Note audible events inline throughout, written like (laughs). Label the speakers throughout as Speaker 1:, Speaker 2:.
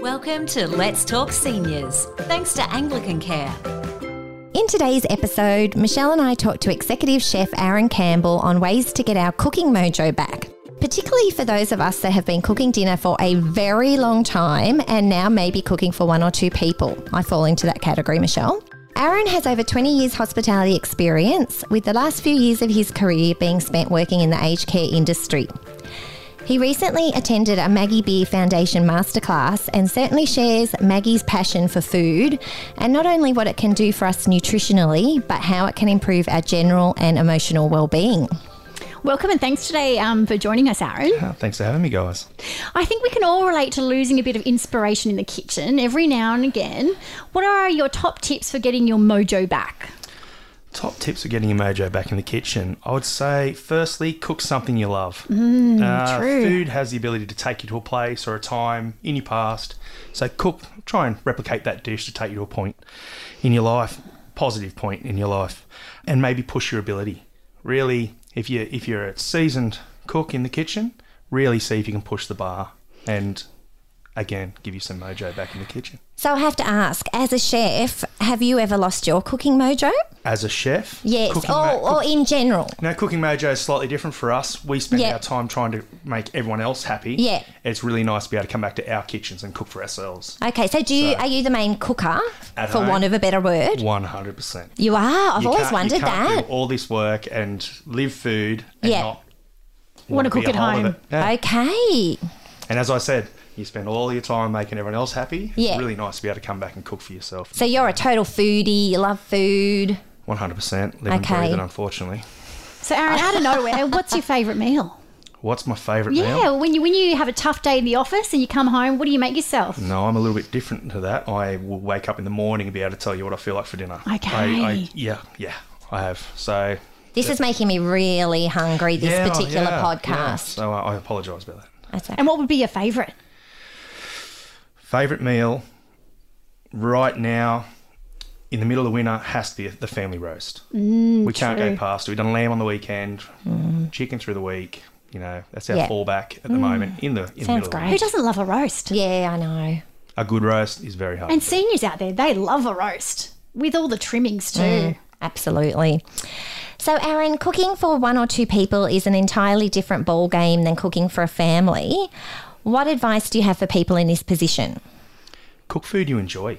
Speaker 1: Welcome to Let's Talk Seniors, thanks to Anglican Care.
Speaker 2: In today's episode, Michelle and I talked to executive chef Aaron Campbell on ways to get our cooking mojo back, particularly for those of us that have been cooking dinner for a very long time and now maybe cooking for one or two people. I fall into that category, Michelle. Aaron has over 20 years hospitality experience, with the last few years of his career being spent working in the aged care industry. He recently attended a Maggie Beer Foundation masterclass and certainly shares Maggie's passion for food and not only what it can do for us nutritionally, but how it can improve our general and emotional well-being.
Speaker 3: Welcome and thanks today um, for joining us, Aaron.
Speaker 4: Oh, thanks for having me, guys.
Speaker 3: I think we can all relate to losing a bit of inspiration in the kitchen every now and again. What are your top tips for getting your mojo back?
Speaker 4: Top tips for getting your mojo back in the kitchen. I would say, firstly, cook something you love. Uh,
Speaker 3: true.
Speaker 4: Food has the ability to take you to a place or a time in your past. So cook, try and replicate that dish to take you to a point in your life, positive point in your life, and maybe push your ability. Really, if you if you're a seasoned cook in the kitchen, really see if you can push the bar and again give you some mojo back in the kitchen.
Speaker 2: So I have to ask, as a chef, have you ever lost your cooking mojo?
Speaker 4: As a chef,
Speaker 2: Yes, Oh,
Speaker 4: cooking
Speaker 2: or,
Speaker 4: ma-
Speaker 2: or in general.
Speaker 4: Now, Cooking Mojo is slightly different for us. We spend
Speaker 2: Yeah.
Speaker 4: our time trying to make everyone else happy.
Speaker 2: Yeah.
Speaker 4: It's really nice to be able to come back to our kitchens and cook for ourselves.
Speaker 2: Okay, so do you
Speaker 4: So-
Speaker 2: are you the main cooker
Speaker 4: At
Speaker 2: for
Speaker 4: home.
Speaker 2: want of a better word?
Speaker 4: 100%.
Speaker 2: You are. I've
Speaker 4: You
Speaker 2: always
Speaker 4: can't-
Speaker 2: wondered
Speaker 4: you can't
Speaker 2: that.
Speaker 4: Do all this work and live food and
Speaker 2: Yeah.
Speaker 4: not
Speaker 3: Want to
Speaker 4: be
Speaker 3: cook at
Speaker 4: a whole of
Speaker 3: home?
Speaker 4: it. Yeah.
Speaker 2: Okay.
Speaker 4: And as I said, you spend all your time making everyone else happy. It's
Speaker 2: Yeah.
Speaker 4: really nice to be able to come back and cook for yourself.
Speaker 2: So you're a total foodie. You love food.
Speaker 4: 100% live and
Speaker 2: Okay.
Speaker 4: breathe it, unfortunately.
Speaker 3: So, Aaron, out of nowhere, what's your favourite meal?
Speaker 4: What's my favourite
Speaker 3: Yeah,
Speaker 4: meal?
Speaker 3: when you when you have a tough day in the office and you come home, what do you make yourself?
Speaker 4: No, I'm a little bit different to that. I will wake up in the morning and be able to tell you what I feel like for dinner.
Speaker 3: Okay.
Speaker 4: I, I, yeah, yeah, I have. So
Speaker 2: This is making me really hungry. This
Speaker 4: yeah, oh,
Speaker 2: particular
Speaker 4: yeah, yeah.
Speaker 2: podcast.
Speaker 4: So uh, I, I apologise about that.
Speaker 2: That's okay.
Speaker 3: And what would be your favourite?
Speaker 4: Favorite meal right now in the middle of winter has to be the family roast.
Speaker 2: Mm,
Speaker 4: we can't
Speaker 3: true.
Speaker 4: go past it. We've done lamb on the weekend, chicken through the week. You know, that's our
Speaker 2: Yeah. Mm.
Speaker 4: fallback at the moment. In the in the
Speaker 2: Sounds
Speaker 4: middle,
Speaker 2: great.
Speaker 3: Who doesn't love a roast?
Speaker 2: Yeah, I know.
Speaker 4: a good roast is very hard.
Speaker 3: And seniors out there, they love a roast with all the trimmings too.
Speaker 2: Absolutely. So, Aaron, cooking for one or two people is an entirely different ball game than cooking for a family. What advice do you have for people in this position?
Speaker 4: cook food you enjoy.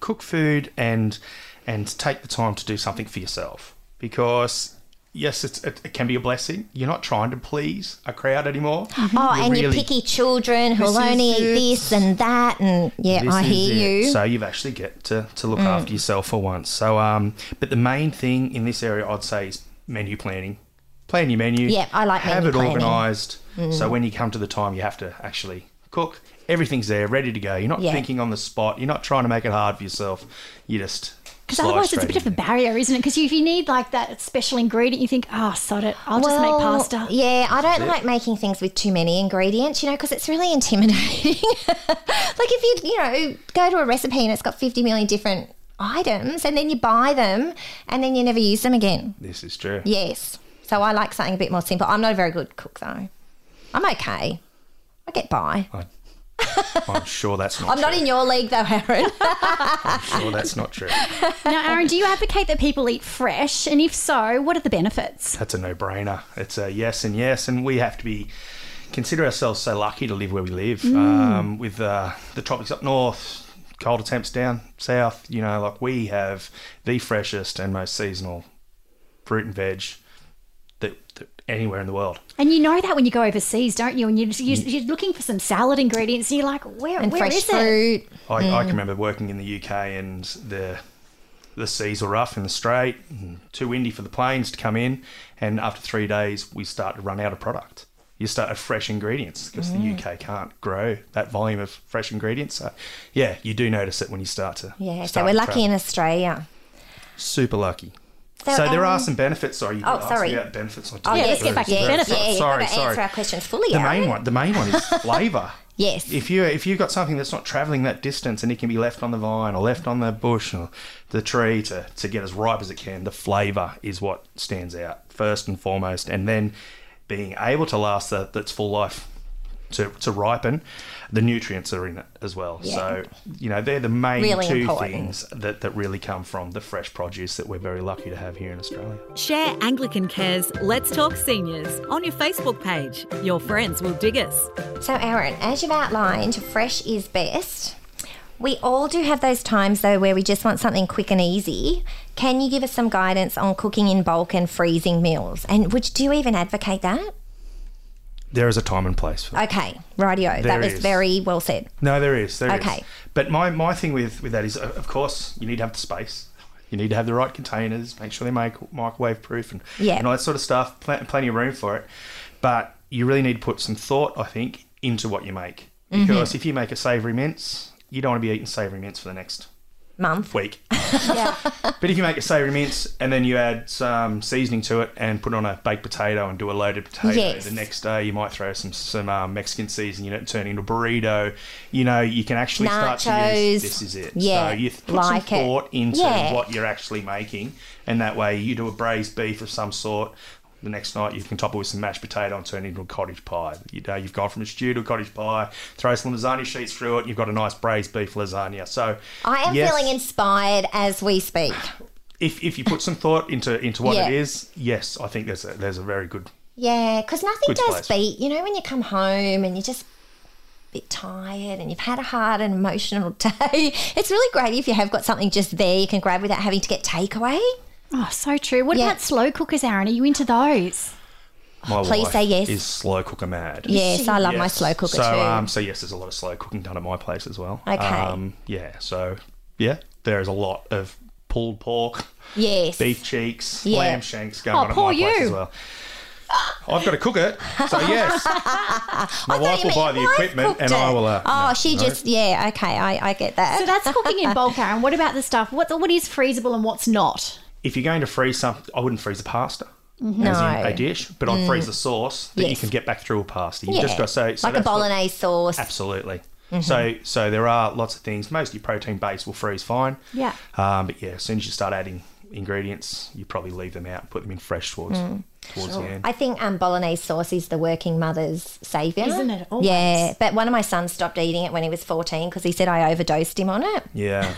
Speaker 4: Cook food and and take the time to do something for yourself because yes, it's, it, it can be a blessing. You're not trying to please a crowd anymore.
Speaker 2: Oh,
Speaker 4: You're
Speaker 2: and your
Speaker 4: Mm-hmm. really-
Speaker 2: picky children who'll
Speaker 4: This is
Speaker 2: only eat
Speaker 4: it.
Speaker 2: this and that, and yeah,
Speaker 4: This
Speaker 2: I
Speaker 4: is
Speaker 2: hear
Speaker 4: it.
Speaker 2: you. Mm.
Speaker 4: So you've actually get to, to look after yourself for once. So um, but the main thing in this area I'd say is menu planning. Plan your menu.
Speaker 2: Yeah, I like
Speaker 4: have
Speaker 2: menu
Speaker 4: it
Speaker 2: planning. Mm.
Speaker 4: organised. So when you come to the time, you have to actually cook. Everything's there, ready to go. You're not
Speaker 2: Yeah.
Speaker 4: thinking on the spot. You're not trying to make it hard for yourself. You just
Speaker 3: Because otherwise, it's a bit of a barrier, isn't it? Because if you need like that special ingredient, you think, oh, sod it, I'll just make pasta.
Speaker 2: Yeah, I don't like making things with too many ingredients, you know, because it's really intimidating. (laughs) like if you, you know, go to a recipe and it's got 50 million different items and then you buy them and then you never use them again.
Speaker 4: This is true.
Speaker 2: Yes. So I like something a bit more simple. I'm not a very good cook though. I'm okay. I get by.
Speaker 4: I, I'm
Speaker 2: (laughs)
Speaker 4: sure that's not.
Speaker 2: I'm not
Speaker 4: true.
Speaker 2: in your league though, Aaron.
Speaker 4: Sure, that's not true.
Speaker 3: Now, Aaron, do you advocate that people eat fresh? And if so, what are the benefits?
Speaker 4: That's a no-brainer. It's a yes and yes, and we have to be consider ourselves so lucky to live where we live, um, with uh, the tropics up north, colder temps down south. You know, like we have the freshest and most seasonal fruit and veg that, that anywhere in the world.
Speaker 3: And you know that when you go overseas, don't you? And you're, just, you're, you're looking for some salad ingredients, Mm. and you're like, where,
Speaker 2: and
Speaker 3: where
Speaker 2: fresh
Speaker 3: is it?
Speaker 2: fruit.
Speaker 4: I, I
Speaker 2: Mm.
Speaker 4: can remember working in the UK and the the seas were rough in the strait, and too windy for the planes to come in, and after three days we start to run out of product. You start of fresh ingredients because the
Speaker 2: Mm.
Speaker 4: UK can't grow that volume of fresh ingredients. So, yeah, you do notice it when you start to.
Speaker 2: Yeah, so
Speaker 4: start
Speaker 2: we're
Speaker 4: to
Speaker 2: lucky
Speaker 4: travel.
Speaker 2: in Australia.
Speaker 4: Super lucky.
Speaker 2: So,
Speaker 4: So, there are
Speaker 2: um,
Speaker 4: some benefits. Sorry, you
Speaker 2: oh,
Speaker 4: asked
Speaker 2: sorry.
Speaker 4: about benefits. I
Speaker 2: Oh,
Speaker 4: didn't
Speaker 3: Yeah,
Speaker 4: go
Speaker 3: let's get
Speaker 4: through
Speaker 3: back to
Speaker 4: this.
Speaker 2: yeah,
Speaker 3: benefits.
Speaker 2: Yeah, you've
Speaker 4: Sorry,
Speaker 2: got to
Speaker 4: sorry.
Speaker 2: answer our questions fully.
Speaker 4: The
Speaker 2: Aaron.
Speaker 4: main one. The main
Speaker 2: (laughs)
Speaker 4: one is flavour.
Speaker 2: Yes.
Speaker 4: If you if you've got something that's not travelling that distance and it can be left on the vine or left on the bush or the tree to, to get as ripe as it can, the flavour is what stands out first and foremost, and then being able to last that that's full life. to, to ripen, the nutrients are in it as well. So, you know, they're the main
Speaker 2: Really
Speaker 4: two
Speaker 2: important.
Speaker 4: things that, that really come from the fresh produce that we're very lucky to have here in Australia.
Speaker 1: Share Anglican Care's Let's Talk Seniors on your Facebook page. Your friends will dig us.
Speaker 2: So, Aaron, as you've outlined, fresh is best. We all do have those times, though, where we just want something quick and easy. Can you give us some guidance on cooking in bulk and freezing meals? And would do you even advocate that?
Speaker 4: There is a time and place for that.
Speaker 2: Okay, rightio. that
Speaker 4: There
Speaker 2: was
Speaker 4: is.
Speaker 2: very well said.
Speaker 4: No, there is. there is.
Speaker 2: Okay.
Speaker 4: But my, my thing with, with that is, uh, of course, you need to have the space. You need to have the right containers, make sure they're mic- microwave proof and,
Speaker 2: Yeah.
Speaker 4: and all that sort of stuff, pl- plenty of room for it. But you really need to put some thought, I think, into what you make.
Speaker 2: Mm-hmm.
Speaker 4: Because if you make a savoury mince, you don't want to be eating savoury mince for the next
Speaker 2: Month.
Speaker 4: week. But if you make a savoury mince and then you add some seasoning to it and put on a baked potato and do a loaded potato,
Speaker 2: Yes.
Speaker 4: the next day you might throw some some uh, Mexican seasoning in it, turn it into a burrito. You know, you can actually start to
Speaker 2: Nachos.
Speaker 4: use this is it.
Speaker 2: Yeah,
Speaker 4: so you th- put
Speaker 2: like it.
Speaker 4: some thought into
Speaker 2: Yeah.
Speaker 4: what you're actually making, and that way you do a braised beef of some sort. The next night you can top it with some mashed potato and turn it into a cottage pie. You know, you've gone from a stew to a cottage pie. Throw some lasagna sheets through it. You've got a nice braised beef lasagna. So
Speaker 2: (laughs) I am
Speaker 4: yes,
Speaker 2: feeling inspired as we speak.
Speaker 4: if if you put some thought into into what it
Speaker 2: Yeah.
Speaker 4: is, yes, I think there's a there's a very good.
Speaker 2: Yeah, because nothing
Speaker 4: Good
Speaker 2: does
Speaker 4: place.
Speaker 2: beat, you know, when you come home and you're just a bit tired and you've had a hard and emotional (laughs) day. It's really great if you have got something just there you can grab without having to get takeaway.
Speaker 3: Oh, so true. What
Speaker 2: Yeah.
Speaker 3: about slow cookers, Aaron? Are you into those?
Speaker 4: My
Speaker 2: Please
Speaker 4: wife
Speaker 2: say yes.
Speaker 4: Is slow cooker mad?
Speaker 2: Yes, I love my
Speaker 4: Yes.
Speaker 2: slow cooker
Speaker 4: so,
Speaker 2: too.
Speaker 4: Um, so yes, there's a lot of slow cooking done at my place as well.
Speaker 2: Okay.
Speaker 4: Um, yeah. So yeah, there is a lot of pulled pork,
Speaker 2: yes.
Speaker 4: beef cheeks,
Speaker 2: Yeah.
Speaker 4: lamb shanks going
Speaker 3: Oh,
Speaker 4: on at
Speaker 3: poor
Speaker 4: my place
Speaker 3: you.
Speaker 4: as well. I've got to cook it,
Speaker 2: (laughs)
Speaker 4: so yes. My
Speaker 2: thought
Speaker 4: wife
Speaker 2: you
Speaker 4: will
Speaker 2: meant
Speaker 4: buy
Speaker 2: your
Speaker 4: the
Speaker 2: wife
Speaker 4: equipment,
Speaker 2: cooked
Speaker 4: and I
Speaker 2: it.
Speaker 4: will. Uh,
Speaker 2: oh,
Speaker 4: no,
Speaker 2: she
Speaker 4: no.
Speaker 2: just yeah. Okay, I, I get that.
Speaker 3: So that's cooking in bulk, Aaron. What about the stuff? What what is freezable and what's not?
Speaker 4: if you're going to freeze something, I wouldn't freeze a pasta. As
Speaker 2: Mm-hmm. No.
Speaker 4: in a dish, but I'd freeze the sauce that you
Speaker 2: Yes.
Speaker 4: can get back through a pasta. You
Speaker 2: yeah.
Speaker 4: just got so, so
Speaker 2: like a
Speaker 4: that's what-
Speaker 2: bolognese Mm-hmm. sauce.
Speaker 4: Absolutely. So so there are lots of things. Mostly protein based will freeze fine.
Speaker 3: Yeah.
Speaker 4: Um, but yeah, as soon as you start adding ingredients, you probably leave them out and put them in fresh towards towards the end.
Speaker 2: Mm. I think um, bolognese sauce is the working mother's saviour,
Speaker 3: Isn't it? Always.
Speaker 2: Yeah, but one of my sons stopped eating it when he was fourteen because he said I overdosed him on it. (laughs)
Speaker 4: yeah.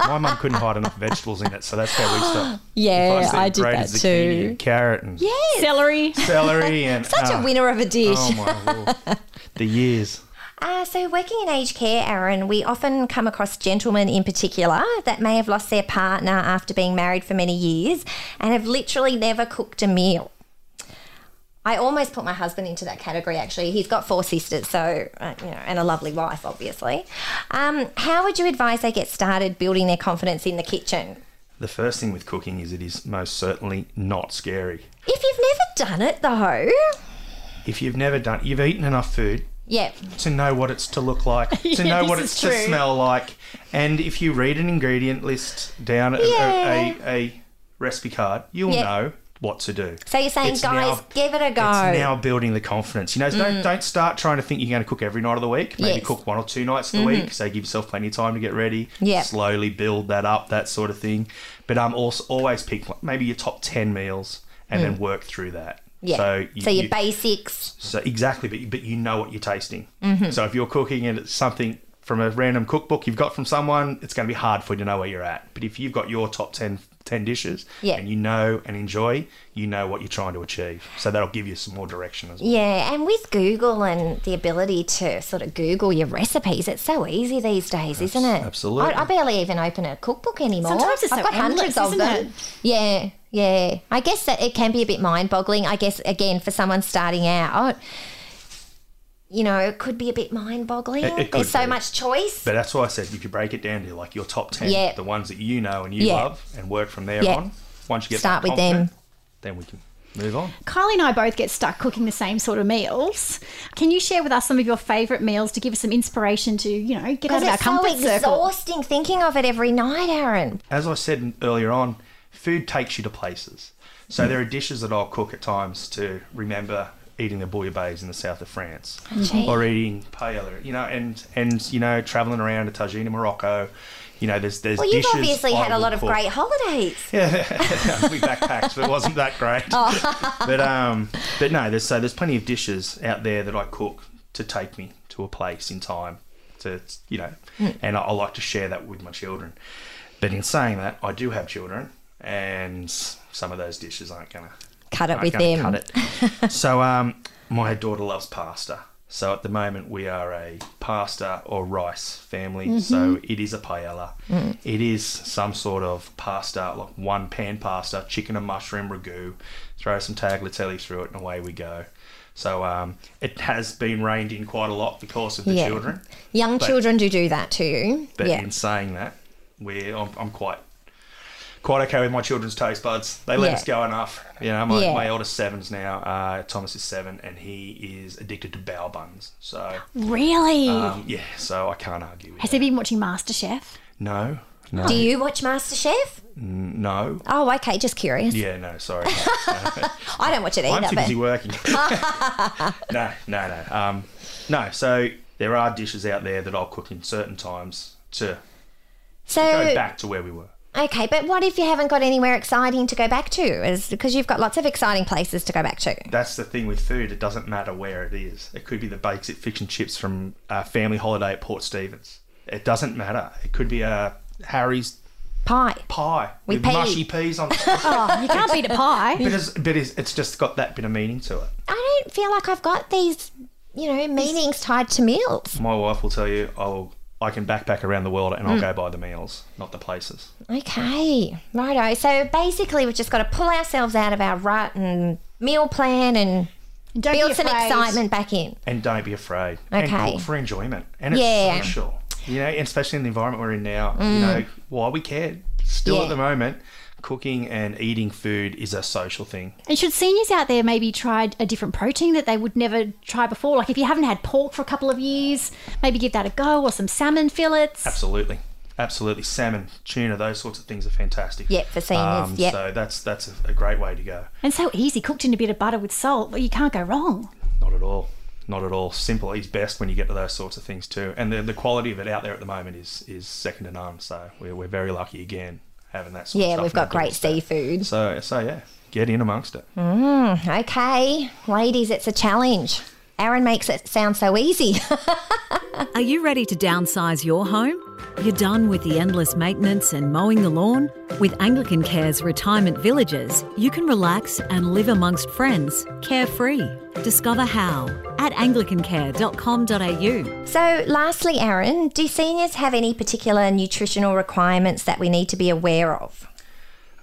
Speaker 4: My mum couldn't hide enough vegetables in it, so that's how
Speaker 2: (gasps)
Speaker 4: we stopped.
Speaker 2: Yeah,
Speaker 4: If said
Speaker 2: I did
Speaker 4: grated
Speaker 2: that
Speaker 4: zucchini
Speaker 2: too.
Speaker 4: and carrot and
Speaker 3: Celery.
Speaker 4: celery and
Speaker 2: (laughs) Such
Speaker 4: ah,
Speaker 2: a winner of a dish.
Speaker 4: Oh my lord.
Speaker 2: (laughs)
Speaker 4: The years.
Speaker 2: Uh, so, working in aged care, Aaron, we often come across gentlemen in particular that may have lost their partner after being married for many years and have literally never cooked a meal. I almost put my husband into that category, actually. He's got four sisters, so, uh, you know, and a lovely wife, obviously. Um, how would you advise they get started building their confidence in the kitchen?
Speaker 4: The first thing with cooking is it is most certainly not scary.
Speaker 2: If you've never done it, though,
Speaker 4: If you've never done you've eaten enough food,
Speaker 2: yeah,
Speaker 4: to know what it's to
Speaker 2: (laughs)
Speaker 4: look like, to
Speaker 3: Yeah,
Speaker 4: know what
Speaker 3: this
Speaker 4: it's
Speaker 3: is
Speaker 4: to
Speaker 3: true.
Speaker 4: smell like. And if you read an ingredient list down a,
Speaker 2: Yeah.
Speaker 4: a, a, a recipe card, you'll
Speaker 2: Yeah.
Speaker 4: know what to do.
Speaker 2: So you're saying, guys, give it a go. Mm.
Speaker 4: It's now building the confidence. You know, don't don't start trying to think you're going to cook every night of the week. Maybe
Speaker 2: Yes. Mm-hmm.
Speaker 4: cook one or two nights of the week. So give yourself plenty of time to get ready.
Speaker 2: Yeah.
Speaker 4: Slowly build that up, that sort of thing. But um, also always pick like, maybe your top ten meals and then work through that.
Speaker 2: Mm. yeah. So,
Speaker 4: you,
Speaker 2: your
Speaker 4: you-
Speaker 2: basics,
Speaker 4: so exactly, but but you know what you're tasting.
Speaker 2: Mm-hmm.
Speaker 4: So if you're cooking and it's something from a random cookbook you've got from someone, it's going to be hard for you to know where you're at. But if you've got your top 10, 10 dishes
Speaker 2: Yeah.
Speaker 4: and you know and enjoy, you know what you're trying to achieve. So that'll give you some more direction as well.
Speaker 2: Yeah, and with Google and the ability to sort of Google your recipes, it's so easy these days, isn't it?
Speaker 4: absolutely.
Speaker 2: I, I barely even open a cookbook anymore.
Speaker 3: Sometimes it's
Speaker 2: I've
Speaker 3: so
Speaker 2: got hundreds
Speaker 3: endless,
Speaker 2: of
Speaker 3: isn't
Speaker 2: them.
Speaker 3: it?
Speaker 2: Yeah, yeah. I guess that it can be a bit mind boggling. I guess, again, for someone starting out, Oh, you know, it could be a bit mind boggling.
Speaker 4: It- it
Speaker 2: There's
Speaker 4: could
Speaker 2: so
Speaker 4: be.
Speaker 2: much choice.
Speaker 4: But that's why I said if you break it down to like your top 10,
Speaker 2: Yeah.
Speaker 4: the ones that you know and you
Speaker 2: Yeah.
Speaker 4: love, and work from there
Speaker 2: Yeah.
Speaker 4: on, once you get
Speaker 2: Start
Speaker 4: that
Speaker 2: with them.
Speaker 4: confident, then we can move on.
Speaker 3: Kylie and I both get stuck cooking the same sort of meals. Can you share with us some of your favourite meals to give us some inspiration to, you know, get
Speaker 2: Because
Speaker 3: out of our
Speaker 2: it's so
Speaker 3: comfort circle?
Speaker 2: exhausting thinking of it every night, Aaron.
Speaker 4: as I said earlier on, food takes you to places. So
Speaker 2: Hmm.
Speaker 4: there are dishes that I'll cook at times to remember eating the bouillabaisse in the south of France, or eating paella. You know, and and you know, traveling around to Tajina, Morocco. You know, there's there's
Speaker 2: Well, you've
Speaker 4: dishes
Speaker 2: obviously
Speaker 4: I
Speaker 2: had a
Speaker 4: will
Speaker 2: lot of
Speaker 4: cook.
Speaker 2: great holidays.
Speaker 4: (laughs) we backpacks, but it wasn't (laughs) that great. but um, but no, there's so there's plenty of dishes out there that I cook to take me to a place in time to you know and I, I like to share that with my children but in saying that i do have children and some of those dishes aren't gonna
Speaker 2: Cut it
Speaker 4: aren't
Speaker 2: with
Speaker 4: gonna
Speaker 2: them.
Speaker 4: cut
Speaker 2: (laughs)
Speaker 4: it. so um my daughter loves pasta so at the moment we are a pasta or rice family so
Speaker 2: Mm-hmm.
Speaker 4: it is a paella
Speaker 2: Mm.
Speaker 4: it is some sort of pasta like one pan pasta chicken and mushroom ragu throw some tagliatelle through it and away we go so um, it has been reined in quite a lot because of the
Speaker 2: Yeah.
Speaker 4: children
Speaker 2: Young
Speaker 4: But-
Speaker 2: children do do that to you.
Speaker 4: but
Speaker 2: yeah.
Speaker 4: in saying that, we're I'm, I'm quite quite okay with my children's taste buds. They let
Speaker 2: Yeah.
Speaker 4: us go enough. You know, my,
Speaker 2: Yeah.
Speaker 4: my eldest seven's now. Uh, Thomas is seven, and he is addicted to bao buns. So
Speaker 3: Really?
Speaker 4: um, yeah, so I can't argue with
Speaker 3: Has
Speaker 4: that.
Speaker 3: he been watching MasterChef?
Speaker 4: No, no,
Speaker 2: Do you watch MasterChef?
Speaker 4: no.
Speaker 2: Oh, okay. Just curious.
Speaker 4: Yeah, no. Sorry,
Speaker 2: (laughs) I don't watch it
Speaker 4: I'm
Speaker 2: either.
Speaker 4: too
Speaker 2: But (laughs)
Speaker 4: busy working. (laughs) no, no, no. Um, no. So there are dishes out there that I'll cook in certain times to go
Speaker 2: so
Speaker 4: back to where we were.
Speaker 2: okay. But what if you haven't got anywhere exciting to go back to? Is because you've got lots of exciting places to go back to.
Speaker 4: That's the thing with food; it doesn't matter where it is. It could be the bakes at fish and chips from a family holiday at Port Stevens. It doesn't matter. It could be a Harry's
Speaker 2: Pie.
Speaker 4: pie with,
Speaker 2: pea.
Speaker 4: mushy
Speaker 2: (laughs)
Speaker 4: peas on. it.
Speaker 3: Oh, you can't beat a (laughs) pie.
Speaker 4: but it's, but it's, it's just got that bit of meaning to it.
Speaker 2: I don't feel like I've got these, you know, meanings tied to meals.
Speaker 4: My wife will tell you, I'll I can backpack around the world and
Speaker 2: Mm.
Speaker 4: I'll go by the meals, not the places.
Speaker 2: Okay. Righto. So basically, we've just got to pull ourselves out of our rut and meal plan and
Speaker 3: Don't be
Speaker 2: build some
Speaker 3: afraid.
Speaker 2: excitement back in.
Speaker 4: And don't be afraid.
Speaker 2: Okay.
Speaker 4: And cook for enjoyment. And it's
Speaker 2: Yeah. Mm.
Speaker 4: social. You know, and especially in the environment we're in now. You know, why we care. Still
Speaker 2: Yeah.
Speaker 4: at the moment, cooking and eating food is a social thing.
Speaker 3: And should seniors out there maybe try a different protein that they would never try before? Like if you haven't had pork for a couple of years, maybe give that a go or some salmon fillets.
Speaker 4: Absolutely, absolutely. Salmon, tuna, those sorts of things are fantastic. Um,
Speaker 2: Yep, for seniors, yep.
Speaker 4: So that's that's a, a great way to go.
Speaker 3: And so easy, cooked in a bit of butter with salt. Well, you can't go wrong.
Speaker 4: Not at all. Not at all. Simple is best when you get to those sorts of things too. And the, the quality of it out there at the moment is is second to none. So we're, we're very lucky again having that. Sort of
Speaker 2: Yeah,
Speaker 4: stuff
Speaker 2: we've
Speaker 4: on our
Speaker 2: got great
Speaker 4: doorstep.
Speaker 2: seafood.
Speaker 4: So so yeah, get in amongst it.
Speaker 2: Okay, ladies, it's a challenge. Aaron makes it sound so easy. (laughs)
Speaker 1: Are you ready to downsize your home? You're done with the endless maintenance and mowing the lawn? With Anglican Care's retirement villages, you can relax and live amongst friends carefree. Discover how at anglicancare.com.au.
Speaker 2: so, lastly, Aaron, do seniors have any particular nutritional requirements that we need to be aware of?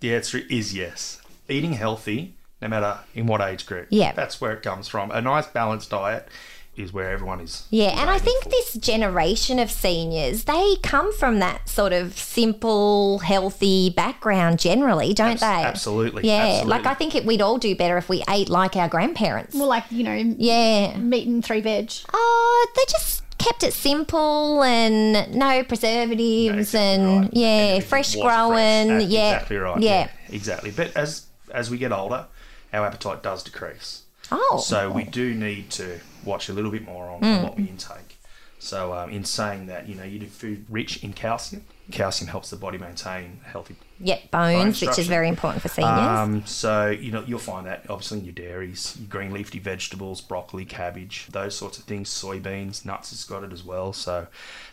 Speaker 4: The answer is yes. Eating healthy, no matter in what age group.
Speaker 2: Yeah.
Speaker 4: That's where it comes from. A nice balanced diet is where everyone is.
Speaker 2: Yeah, and I think this generation of seniors, they come from that sort of simple, healthy background generally, don't
Speaker 4: Abs-
Speaker 2: they?
Speaker 4: absolutely,
Speaker 2: Yeah, like
Speaker 4: absolutely.
Speaker 2: I think it, we'd all do better if we ate like our grandparents.
Speaker 3: More like, you know,
Speaker 2: yeah.
Speaker 3: meat and three veg.
Speaker 2: Oh, they just kept it simple and no preservatives
Speaker 4: Exactly
Speaker 2: and
Speaker 4: right.
Speaker 2: yeah,
Speaker 4: Everything
Speaker 2: fresh
Speaker 4: was
Speaker 2: growing.
Speaker 4: fresh. Uh,
Speaker 2: Yeah,
Speaker 4: exactly right.
Speaker 2: Yeah.
Speaker 4: exactly. But as as we get older, our appetite does decrease,
Speaker 2: Oh, Hmm.
Speaker 4: so we do need to watch a little bit more on what we intake. So, um, in saying that, you know, you do food rich in calcium. Calcium helps the body maintain healthy.
Speaker 2: yep, bones, which is
Speaker 4: structure.
Speaker 2: very important for seniors.
Speaker 4: Um, so, you know, you'll find that obviously in your dairies, your green leafy vegetables, broccoli, cabbage, those sorts of things, soybeans, nuts has got it as well. So,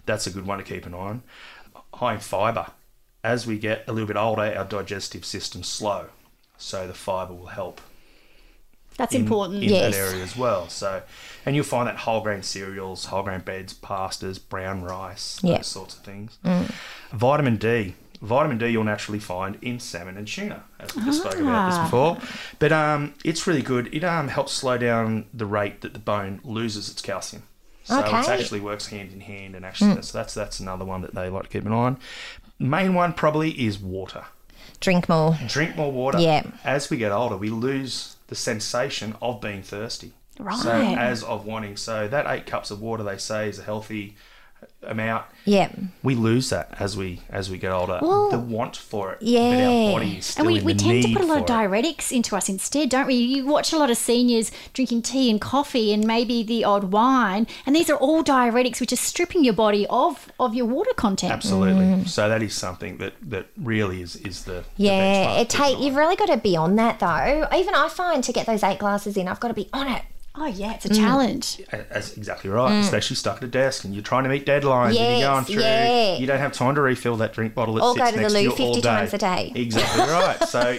Speaker 4: that's a good one to keep an eye on. High in fiber. As we get a little bit older, our digestive system's slow. So, the fiber will help
Speaker 3: That's
Speaker 4: in-
Speaker 3: important.
Speaker 4: in
Speaker 2: Yes.
Speaker 4: that area as well. So, and you'll find that whole grain cereals, whole grain beds, pastas, brown rice,
Speaker 2: Yeah. Mm.
Speaker 4: those sorts of things. Vitamin D. Vitamin D you'll naturally find in salmon and tuna, as we just spoke about
Speaker 2: Ah.
Speaker 4: this before. But um, it's really good. It um, helps slow down the rate that the bone loses its calcium. So it
Speaker 2: Okay. Mm.
Speaker 4: actually works hand in hand, and actually, that's, that's that's another one that they like to keep an eye on. Main one probably is water
Speaker 2: Drink more.
Speaker 4: drink more water.
Speaker 2: Yeah.
Speaker 4: As we get older, we lose the sensation of being thirsty.
Speaker 3: Right.
Speaker 4: So as of wanting, so that eight cups of water they say is a healthy amount.
Speaker 2: Yeah,
Speaker 4: We lose that as we as we get older.
Speaker 2: Well,
Speaker 4: the want for it. But
Speaker 2: yeah.
Speaker 4: our body is still
Speaker 3: And we,
Speaker 4: in
Speaker 3: we
Speaker 4: the
Speaker 3: tend to
Speaker 4: need
Speaker 3: put a lot of
Speaker 4: for it.
Speaker 3: diuretics into us instead, don't we? You watch a lot of seniors drinking tea and coffee and maybe the odd wine, and these are all diuretics, which are stripping your body of, of your water content.
Speaker 4: Absolutely.
Speaker 3: Mm.
Speaker 4: So that is something that that really is is the the
Speaker 2: yeah.
Speaker 4: benchmark
Speaker 2: It
Speaker 4: for
Speaker 2: take
Speaker 4: sure.
Speaker 2: you've really got to be on that though. Even I find to get those eight glasses in, I've got to be on it.
Speaker 3: Oh yeah, it's a challenge.
Speaker 4: A- That's exactly right. Especially stuck at a desk and you're trying to meet deadlines and
Speaker 2: Mm. Yes,
Speaker 4: you're going through.
Speaker 2: yeah.
Speaker 4: You don't have time to refill that drink bottle. That
Speaker 2: Or
Speaker 4: sits
Speaker 2: go to the
Speaker 4: next you
Speaker 2: loo 50
Speaker 4: all day.
Speaker 2: times a day.
Speaker 4: Exactly right.
Speaker 2: (laughs)
Speaker 4: So,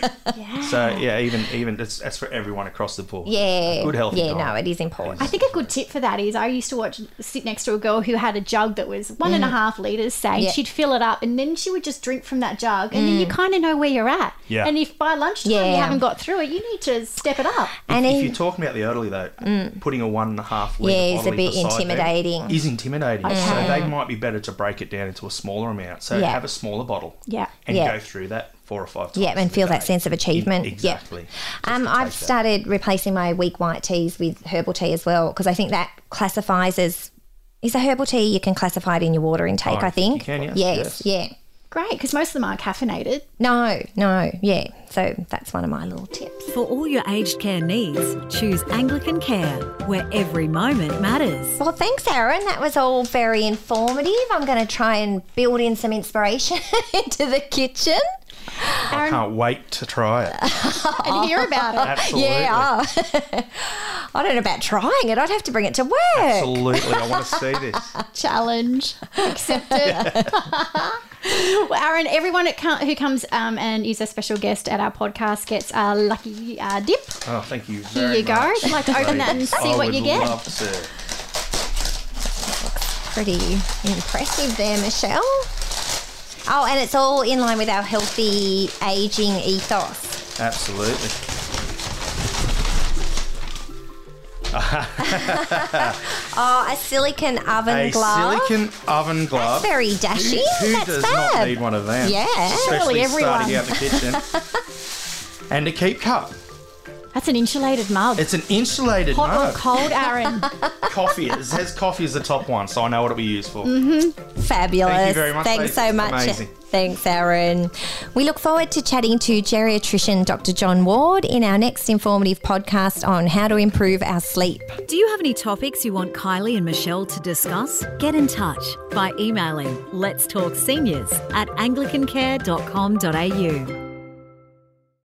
Speaker 4: so yeah, even even that's that's for everyone across the board.
Speaker 2: Yeah.
Speaker 4: good healthy.
Speaker 2: Yeah,
Speaker 4: diet.
Speaker 2: no, it is important.
Speaker 3: I think a good tip for that is I used to watch sit next to a girl who had a jug that was one and a half liters, say,
Speaker 2: Yeah.
Speaker 3: she'd fill it up and then she would just drink from that jug, and then you kind of know where you're at.
Speaker 4: Yeah.
Speaker 3: And if by lunchtime you
Speaker 2: Yeah.
Speaker 3: haven't got through it, you need to step it up.
Speaker 2: and
Speaker 4: if
Speaker 2: he-
Speaker 4: you're talking about the elderly though, putting a one and a half litre
Speaker 2: Mm. Yeah, it's
Speaker 4: bottle
Speaker 2: a bit
Speaker 4: beside them
Speaker 2: intimidating.
Speaker 4: Is intimidating.
Speaker 3: Okay.
Speaker 4: So they might be better to break it down into a smaller amount. So
Speaker 2: Yeah.
Speaker 4: have a smaller bottle.
Speaker 3: Yeah.
Speaker 4: And
Speaker 2: Yeah.
Speaker 4: go through that four or five times.
Speaker 2: yeah, and
Speaker 4: a
Speaker 2: feel that
Speaker 4: day.
Speaker 2: sense of achievement.
Speaker 4: E-
Speaker 2: Yeah.
Speaker 4: Exactly.
Speaker 2: Um, I've started replacing my weak white teas with herbal tea as well because I think that classifies as is a herbal tea. You can classify it in your water intake. Oh, I,
Speaker 4: I think
Speaker 2: think.
Speaker 4: you can, yes,
Speaker 2: yes, yeah.
Speaker 3: Great, because most of them are caffeinated.
Speaker 2: No, no, yeah. So that's one of my little tips.
Speaker 1: For all your aged care needs, choose Anglican Care, where every moment matters.
Speaker 2: Well, thanks, Aaron. That was all very informative. I'm going to try and build in some inspiration (laughs) into the kitchen.
Speaker 4: I can't wait to try
Speaker 2: (laughs) oh,
Speaker 4: it.
Speaker 3: And hear about it.
Speaker 4: Absolutely.
Speaker 2: I don't know about trying it. I'd have to bring it to work.
Speaker 4: Absolutely. I want to see this. (laughs)
Speaker 3: challenge accepted (laughs) well aaron everyone at com- who comes um, and is a special guest at our podcast gets a lucky uh, dip
Speaker 4: Oh, thank you
Speaker 3: here
Speaker 4: very
Speaker 3: you go
Speaker 4: much,
Speaker 3: like open that and
Speaker 4: ladies.
Speaker 3: see
Speaker 4: I
Speaker 3: what
Speaker 4: would
Speaker 3: you get
Speaker 4: love to.
Speaker 2: Pretty impressive there, Michelle. Oh, and it's all in line with our healthy aging ethos.
Speaker 4: Absolutely.
Speaker 2: Oh, a silicon oven
Speaker 4: A
Speaker 2: glove.
Speaker 4: silicon oven glove.
Speaker 2: Very dashing.
Speaker 4: Who
Speaker 2: That's
Speaker 4: does
Speaker 2: fab.
Speaker 4: not need one of them?
Speaker 2: Yeah.
Speaker 4: especially
Speaker 3: Surely
Speaker 4: starting out in the
Speaker 3: (laughs)
Speaker 4: kitchen. and a keep cup.
Speaker 3: that's an insulated mug
Speaker 4: It's an insulated
Speaker 3: hot
Speaker 4: mug.
Speaker 3: or cold
Speaker 4: (laughs)
Speaker 3: aaron
Speaker 4: coffee. It says coffee is the top one, so I know what it'll be used for.
Speaker 3: Mm.
Speaker 2: Fabulous.
Speaker 4: Thank you very much,
Speaker 2: Thanks
Speaker 4: ladies.
Speaker 2: so much.
Speaker 4: Amazing.
Speaker 2: Thanks, Aaron. We look forward to chatting to geriatrician Dr. John Ward in our next informative podcast on how to improve our sleep.
Speaker 1: Do you have any topics you want Kylie and Michelle to discuss? Get in touch by emailing let's talk seniors at anglicancare.com.au.